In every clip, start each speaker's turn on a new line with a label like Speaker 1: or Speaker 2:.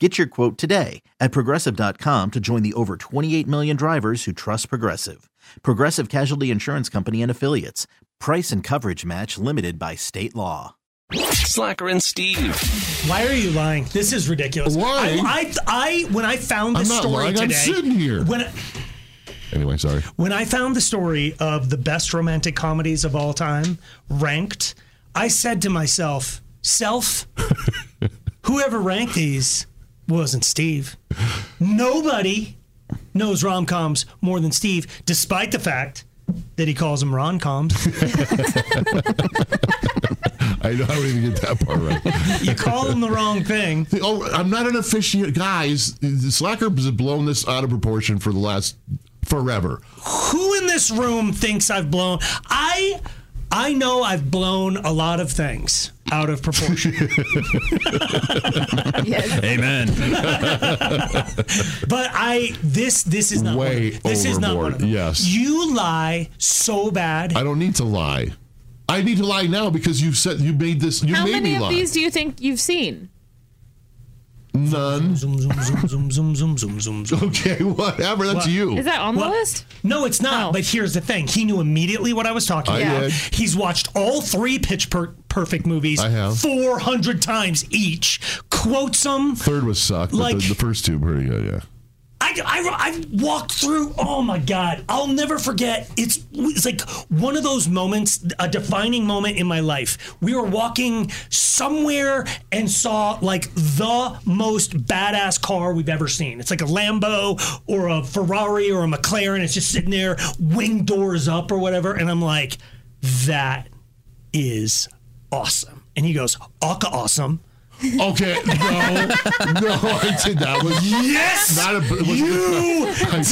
Speaker 1: Get your quote today at progressive.com to join the over 28 million drivers who trust Progressive. Progressive Casualty Insurance Company and Affiliates. Price and coverage match limited by state law.
Speaker 2: Slacker and Steve.
Speaker 3: Why are you lying? This is ridiculous.
Speaker 4: Lying?
Speaker 3: I, I, I when I found the
Speaker 4: I'm not
Speaker 3: story
Speaker 4: lying. I'm
Speaker 3: today,
Speaker 4: sitting here.
Speaker 3: When
Speaker 4: Anyway, sorry.
Speaker 3: when I found the story of the best romantic comedies of all time ranked, I said to myself, self, whoever ranked these wasn't Steve. Nobody knows rom coms more than Steve, despite the fact that he calls them rom coms.
Speaker 4: I know I didn't get that part right.
Speaker 3: you call them the wrong thing.
Speaker 4: oh, I'm not an officiant. Guys, Slacker has blown this out of proportion for the last forever.
Speaker 3: who in this room thinks I've blown? I I know I've blown a lot of things out of proportion,
Speaker 1: Amen.
Speaker 3: but I this this is not
Speaker 4: Way
Speaker 3: one of, this is not one of
Speaker 4: overboard,
Speaker 3: them.
Speaker 4: yes.
Speaker 3: you lie so bad.
Speaker 4: I don't need to lie. I need to lie now because you said you made this. You
Speaker 5: How
Speaker 4: made
Speaker 5: many
Speaker 4: me
Speaker 5: of
Speaker 4: lie.
Speaker 5: these do you think you've seen?
Speaker 4: None.
Speaker 3: zoom zoom zoom zoom zoom zoom zoom zoom zoom.
Speaker 4: Okay, whatever. That's
Speaker 3: What?
Speaker 4: you.
Speaker 5: Is that on
Speaker 3: What?
Speaker 5: the list?
Speaker 3: No, it's not.
Speaker 5: Oh.
Speaker 3: But here's the thing: he knew immediately what I was talking
Speaker 4: I
Speaker 3: about.
Speaker 4: did.
Speaker 3: He's watched all three Pitch per- Perfect movies
Speaker 4: I have.
Speaker 3: 400 times each. Quotes them.
Speaker 4: Third was sucked. but
Speaker 3: Like-
Speaker 4: the, the first two pretty good. Yeah.
Speaker 3: I, I, have walked through, oh my God, I'll never forget. It's, it's like one of those moments, a defining moment in my life. We were walking somewhere and saw like the most badass car we've ever seen. It's like a Lambo or a Ferrari or a McLaren. It's just sitting there, wing doors up or whatever. And I'm like, that is awesome. And he goes, Aka awesome.
Speaker 4: Okay. No. no. I did that. Was
Speaker 3: Yes!
Speaker 4: Not a, it was-
Speaker 3: You
Speaker 4: I don't-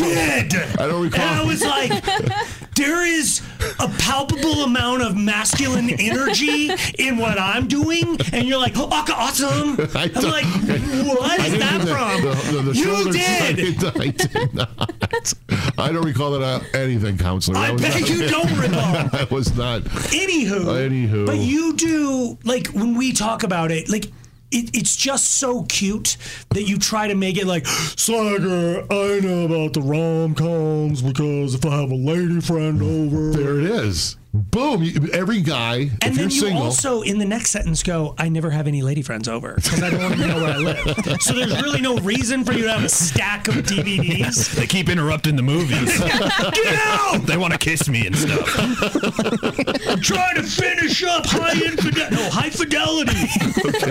Speaker 3: did.
Speaker 4: I don't recall.
Speaker 3: And I was like, there is a palpable amount of masculine energy in what I'm doing, and you're like, oh, Aka awesome.
Speaker 4: I
Speaker 3: I'm
Speaker 4: don't-
Speaker 3: like, what
Speaker 4: I
Speaker 3: is
Speaker 4: didn't
Speaker 3: that
Speaker 4: do
Speaker 3: from?
Speaker 4: The, the, the
Speaker 3: you
Speaker 4: shoulders- I
Speaker 3: did.
Speaker 4: did, I did not. I don't recall that uh, anything, counselor.
Speaker 3: I
Speaker 4: That was
Speaker 3: bet
Speaker 4: not-
Speaker 3: you don't recall.
Speaker 4: I was not.
Speaker 3: Anywho,
Speaker 4: Anywho.
Speaker 3: but you do like when we talk about it, like it, it's just so cute that you try to make it like Slagger. I know about the rom coms because if I have a lady friend over,
Speaker 4: There it is. Boom. You, every guy,
Speaker 3: and
Speaker 4: if you're
Speaker 3: then you
Speaker 4: single,
Speaker 3: also in the next sentence go, I never have any lady friends over because I don't want them to know where I live. So there's really no reason for you to have a stack of DVDs.
Speaker 6: They keep interrupting the movies.
Speaker 3: Get out!
Speaker 6: they want to kiss me and stuff.
Speaker 3: I'm trying to finish up high infidelity. No, high fidelity.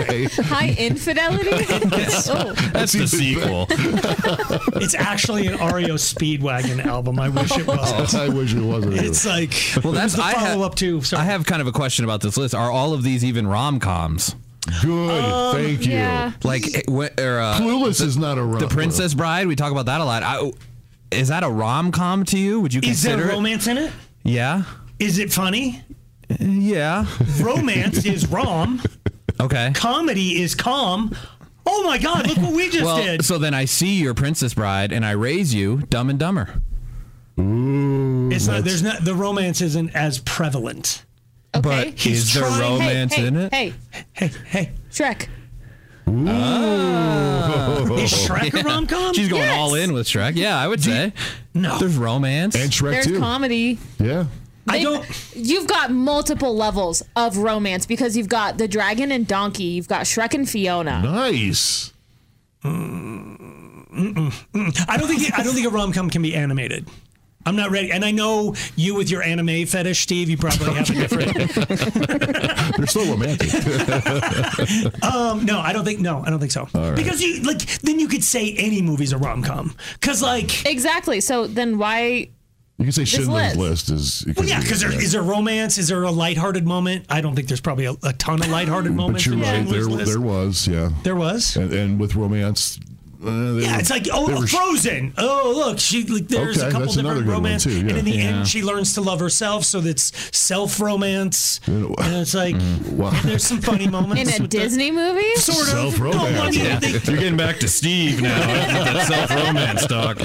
Speaker 4: okay.
Speaker 5: High infidelity? oh,
Speaker 6: That's the sequel.
Speaker 3: It's actually an REO Speedwagon album. I wish it was.
Speaker 4: I wish it wasn't.
Speaker 3: It's like well, that's the
Speaker 6: Oh. I have-
Speaker 3: follow up to.
Speaker 6: I
Speaker 3: Sorry.
Speaker 6: have kind of a question about this list. Are all of these even rom coms?
Speaker 4: Good.
Speaker 3: um,
Speaker 4: Thank you.
Speaker 5: yeah.
Speaker 6: Like, it- wh- or, uh,
Speaker 4: Clueless is not a
Speaker 6: The
Speaker 4: rom-
Speaker 6: Princess Bride? We talk about that a lot. I, is that a rom com to you? Would you
Speaker 3: Is
Speaker 6: consider
Speaker 3: there
Speaker 6: it?
Speaker 3: romance in it?
Speaker 6: Yeah.
Speaker 3: Is it funny?
Speaker 6: Yeah.
Speaker 3: Romance is rom.
Speaker 6: Okay.
Speaker 3: Comedy is calm. Oh my God! Look what we just
Speaker 6: Well,
Speaker 3: did.
Speaker 6: so then I see your Princess Bride and I raise you Dumb and Dumber.
Speaker 4: Ooh,
Speaker 3: It's not.
Speaker 4: that's-
Speaker 3: There's not. The romance isn't as prevalent.
Speaker 5: okay.
Speaker 6: But is there
Speaker 3: trying- hey,
Speaker 6: romance
Speaker 5: hey,
Speaker 6: in it?
Speaker 5: Hey,
Speaker 3: Hey, hey,
Speaker 5: Shrek.
Speaker 3: is Shrek a rom com?
Speaker 6: She's going
Speaker 5: Yes.
Speaker 6: all in with Shrek. Yeah, I would say.
Speaker 3: No.
Speaker 6: Oh. There's romance.
Speaker 4: And Shrek
Speaker 5: There's
Speaker 4: too.
Speaker 5: comedy.
Speaker 4: yeah.
Speaker 3: I
Speaker 5: They-
Speaker 3: don't.
Speaker 5: You've got multiple levels of romance because you've got the dragon and donkey, you've got Shrek and Fiona.
Speaker 4: Nice.
Speaker 3: I don't think I don't think a rom com can be animated. I'm not ready, and I know you with your anime fetish, Steve. You probably have a different.
Speaker 4: They're so romantic.
Speaker 3: Um, no, I don't think. No, I don't think so. Because you like, then you could say any movie's a rom com. Because like,
Speaker 5: Exactly. So then why?
Speaker 4: You can say Schindler's List
Speaker 5: list.
Speaker 4: is.
Speaker 3: well, yeah. Because there, is there romance? Is there a lighthearted moment? I don't think there's probably a, a ton of lighthearted
Speaker 4: But
Speaker 3: moments.
Speaker 4: you're
Speaker 3: in
Speaker 4: right.
Speaker 3: Schindler's
Speaker 4: There,
Speaker 3: List.
Speaker 4: there was, yeah,
Speaker 3: There was.
Speaker 4: and, and with romance. Uh, they
Speaker 3: Yeah,
Speaker 4: were-
Speaker 3: it's like
Speaker 4: they
Speaker 3: oh,
Speaker 4: were-
Speaker 3: Frozen. Oh, look, she like there's
Speaker 4: Okay,
Speaker 3: a couple
Speaker 4: that's another
Speaker 3: different
Speaker 4: good one,
Speaker 3: romance,
Speaker 4: too, yeah.
Speaker 3: and in the
Speaker 6: Yeah.
Speaker 3: end, she learns to love herself, so that's self romance. And it's like and there's some funny
Speaker 5: In
Speaker 3: moments
Speaker 5: a
Speaker 3: with the-
Speaker 5: Disney movie?
Speaker 3: sort of.
Speaker 4: Self-romance,
Speaker 3: No, what, do you think,
Speaker 6: You're getting back to Steve now. that self romance talk.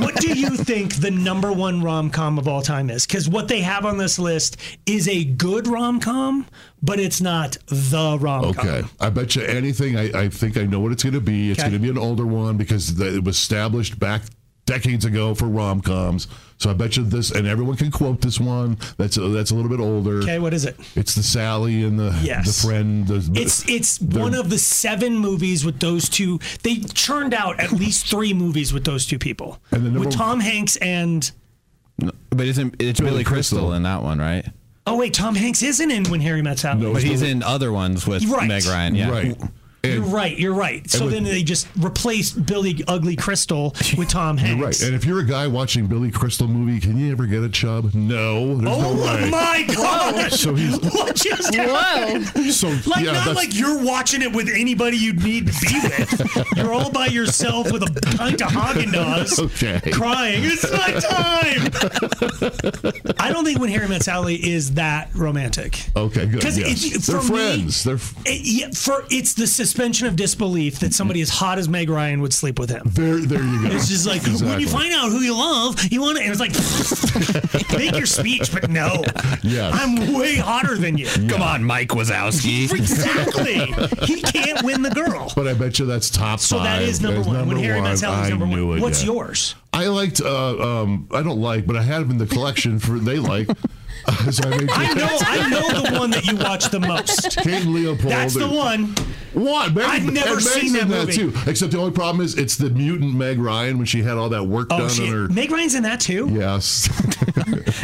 Speaker 3: what do you think the number one rom com of all time is? Because what they have on this list is a good rom com, but it's not the rom com.
Speaker 4: Okay, I bet you anything. I, I think I know what it's going to be. It's
Speaker 3: Okay.
Speaker 4: going to be an older one because the, it was established back decades ago for rom coms. So I bet you this, and everyone can quote this one. That's a, that's a little bit older.
Speaker 3: Okay, what is it?
Speaker 4: It's the Sally and the
Speaker 3: Yes.
Speaker 4: the friend. The,
Speaker 3: It's it's one of the seven movies with those two. They churned out at least three movies with those two people,
Speaker 4: And the number-
Speaker 3: with Tom Hanks and
Speaker 6: But isn't it's Billy, Crystal.
Speaker 4: Crystal.
Speaker 6: in that one, right?
Speaker 3: oh wait, Tom Hanks isn't in When Harry Met Sally.
Speaker 6: But he's in other ones with
Speaker 3: Right.
Speaker 6: Meg Ryan. Yeah.
Speaker 4: right.
Speaker 3: You're
Speaker 4: And,
Speaker 3: right, you're right. So
Speaker 4: with-
Speaker 3: then they just replaced Billy Ugly Crystal with Tom Hanks.
Speaker 4: Right, and if you're a guy watching Billy Crystal movie, can you ever get a chub? No, there's
Speaker 3: oh
Speaker 4: no way.
Speaker 3: my God!
Speaker 4: So he's-
Speaker 3: what just
Speaker 5: Whoa.
Speaker 4: So
Speaker 3: Like
Speaker 4: yeah,
Speaker 3: not
Speaker 4: that's-
Speaker 3: like you're watching it with anybody you need to be with. you're all by yourself with a pint of Haagen Dazs,
Speaker 4: Okay.
Speaker 3: crying. It's my time. I don't think when Harry Met Sally is that romantic.
Speaker 4: okay, good.
Speaker 3: Because
Speaker 4: yes.
Speaker 3: it's-
Speaker 4: they're
Speaker 3: for me-
Speaker 4: friends. they're f-
Speaker 3: It- yeah, for it's the suspension of disbelief that somebody as hot as Meg Ryan would sleep with him.
Speaker 4: there. There you go.
Speaker 3: It's just like when
Speaker 4: Exactly.
Speaker 3: you find out who you love, you want to, and it's like make your speech, but no,
Speaker 4: Yes.
Speaker 3: I'm way hotter than you.
Speaker 6: Come on, Mike Wazowski.
Speaker 3: Exactly, he can't win the girl.
Speaker 4: But I bet you that's top
Speaker 3: So
Speaker 4: five.
Speaker 3: that is number
Speaker 4: That's
Speaker 3: one. when Harry
Speaker 4: one.
Speaker 3: Met Sally's
Speaker 4: I
Speaker 3: number
Speaker 4: knew
Speaker 3: one.
Speaker 4: it,
Speaker 3: What's
Speaker 4: yeah.
Speaker 3: yours?
Speaker 4: I liked. Uh, um, I don't like, but I had them in the collection for they like. Uh, so I made
Speaker 3: I
Speaker 4: sure.
Speaker 3: know, I know the one that you watch the most.
Speaker 4: Kate and Leopold.
Speaker 3: That's the
Speaker 4: and-
Speaker 3: one.
Speaker 4: What? Meg,
Speaker 3: I've never
Speaker 4: and Meg's
Speaker 3: seen
Speaker 4: in
Speaker 3: that movie.
Speaker 4: too. Except the only problem is it's the mutant Meg Ryan when she had all that work
Speaker 3: Oh
Speaker 4: done
Speaker 3: shit,
Speaker 4: on her.
Speaker 3: Meg Ryan's in that too.
Speaker 4: Yes.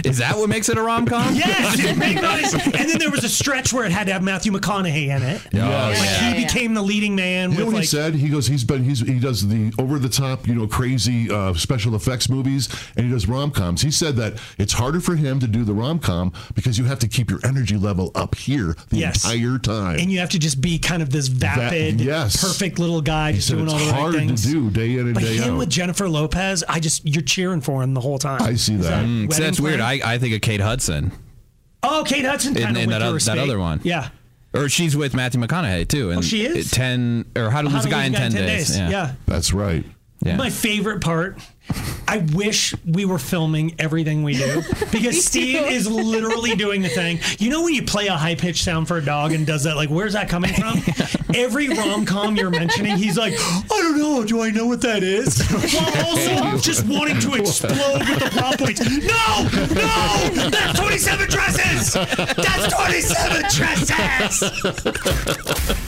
Speaker 6: Is that what makes it a rom com?
Speaker 3: Yes, Meg Ryan's. And then there was a stretch where it had to have Matthew McConaughey in it.
Speaker 4: yes.
Speaker 3: Like
Speaker 5: Yeah,
Speaker 3: he
Speaker 5: yeah.
Speaker 3: became the leading man
Speaker 4: You know
Speaker 3: with
Speaker 4: what
Speaker 3: like
Speaker 4: he said? He goes, he's been, he's, he does the over the top, you know, crazy uh, special effects movies and he does rom coms. He said that it's harder for him to do the rom com because you have to keep your energy level up here the
Speaker 3: Yes.
Speaker 4: entire time.
Speaker 3: and you have to just be kind of this vapid,
Speaker 4: yes.
Speaker 3: perfect little guy just
Speaker 4: So
Speaker 3: doing
Speaker 4: it's
Speaker 3: all the
Speaker 4: hard
Speaker 3: right things.
Speaker 4: to do day in and
Speaker 3: but
Speaker 4: day
Speaker 3: him
Speaker 4: out.
Speaker 3: with Jennifer Lopez, I just you're cheering for him the whole time.
Speaker 4: I see that.
Speaker 6: Mm, see,
Speaker 3: Wedding
Speaker 6: that's weird.
Speaker 3: Plan?
Speaker 6: I, I think of Kate Hudson.
Speaker 3: oh, Kate Hudson
Speaker 6: In-
Speaker 3: kind
Speaker 6: in
Speaker 3: of
Speaker 6: that oth- that other one.
Speaker 3: Yeah,
Speaker 6: Or she's with Matthew McConaughey too. And
Speaker 3: she is?
Speaker 6: Ten or Oh, How to Lose
Speaker 3: How
Speaker 6: a
Speaker 3: to
Speaker 6: Guy
Speaker 3: Lose
Speaker 6: in Ten, days.
Speaker 3: Yeah.
Speaker 4: That's right.
Speaker 6: Yeah.
Speaker 3: my favorite part. I wish we were filming everything we do because Steve is literally doing the thing. You know when you play a high pitched sound for a dog and does that like where's that coming from? Every rom com you're mentioning, he's like, I don't know, do I know what that is? While also just wanting to explode with the plot points. No, no, that's 27 dresses. That's 27 dresses.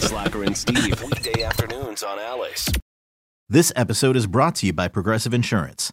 Speaker 2: Slacker and Steve, weekday afternoons on Alice.
Speaker 1: This episode is brought to you by Progressive Insurance.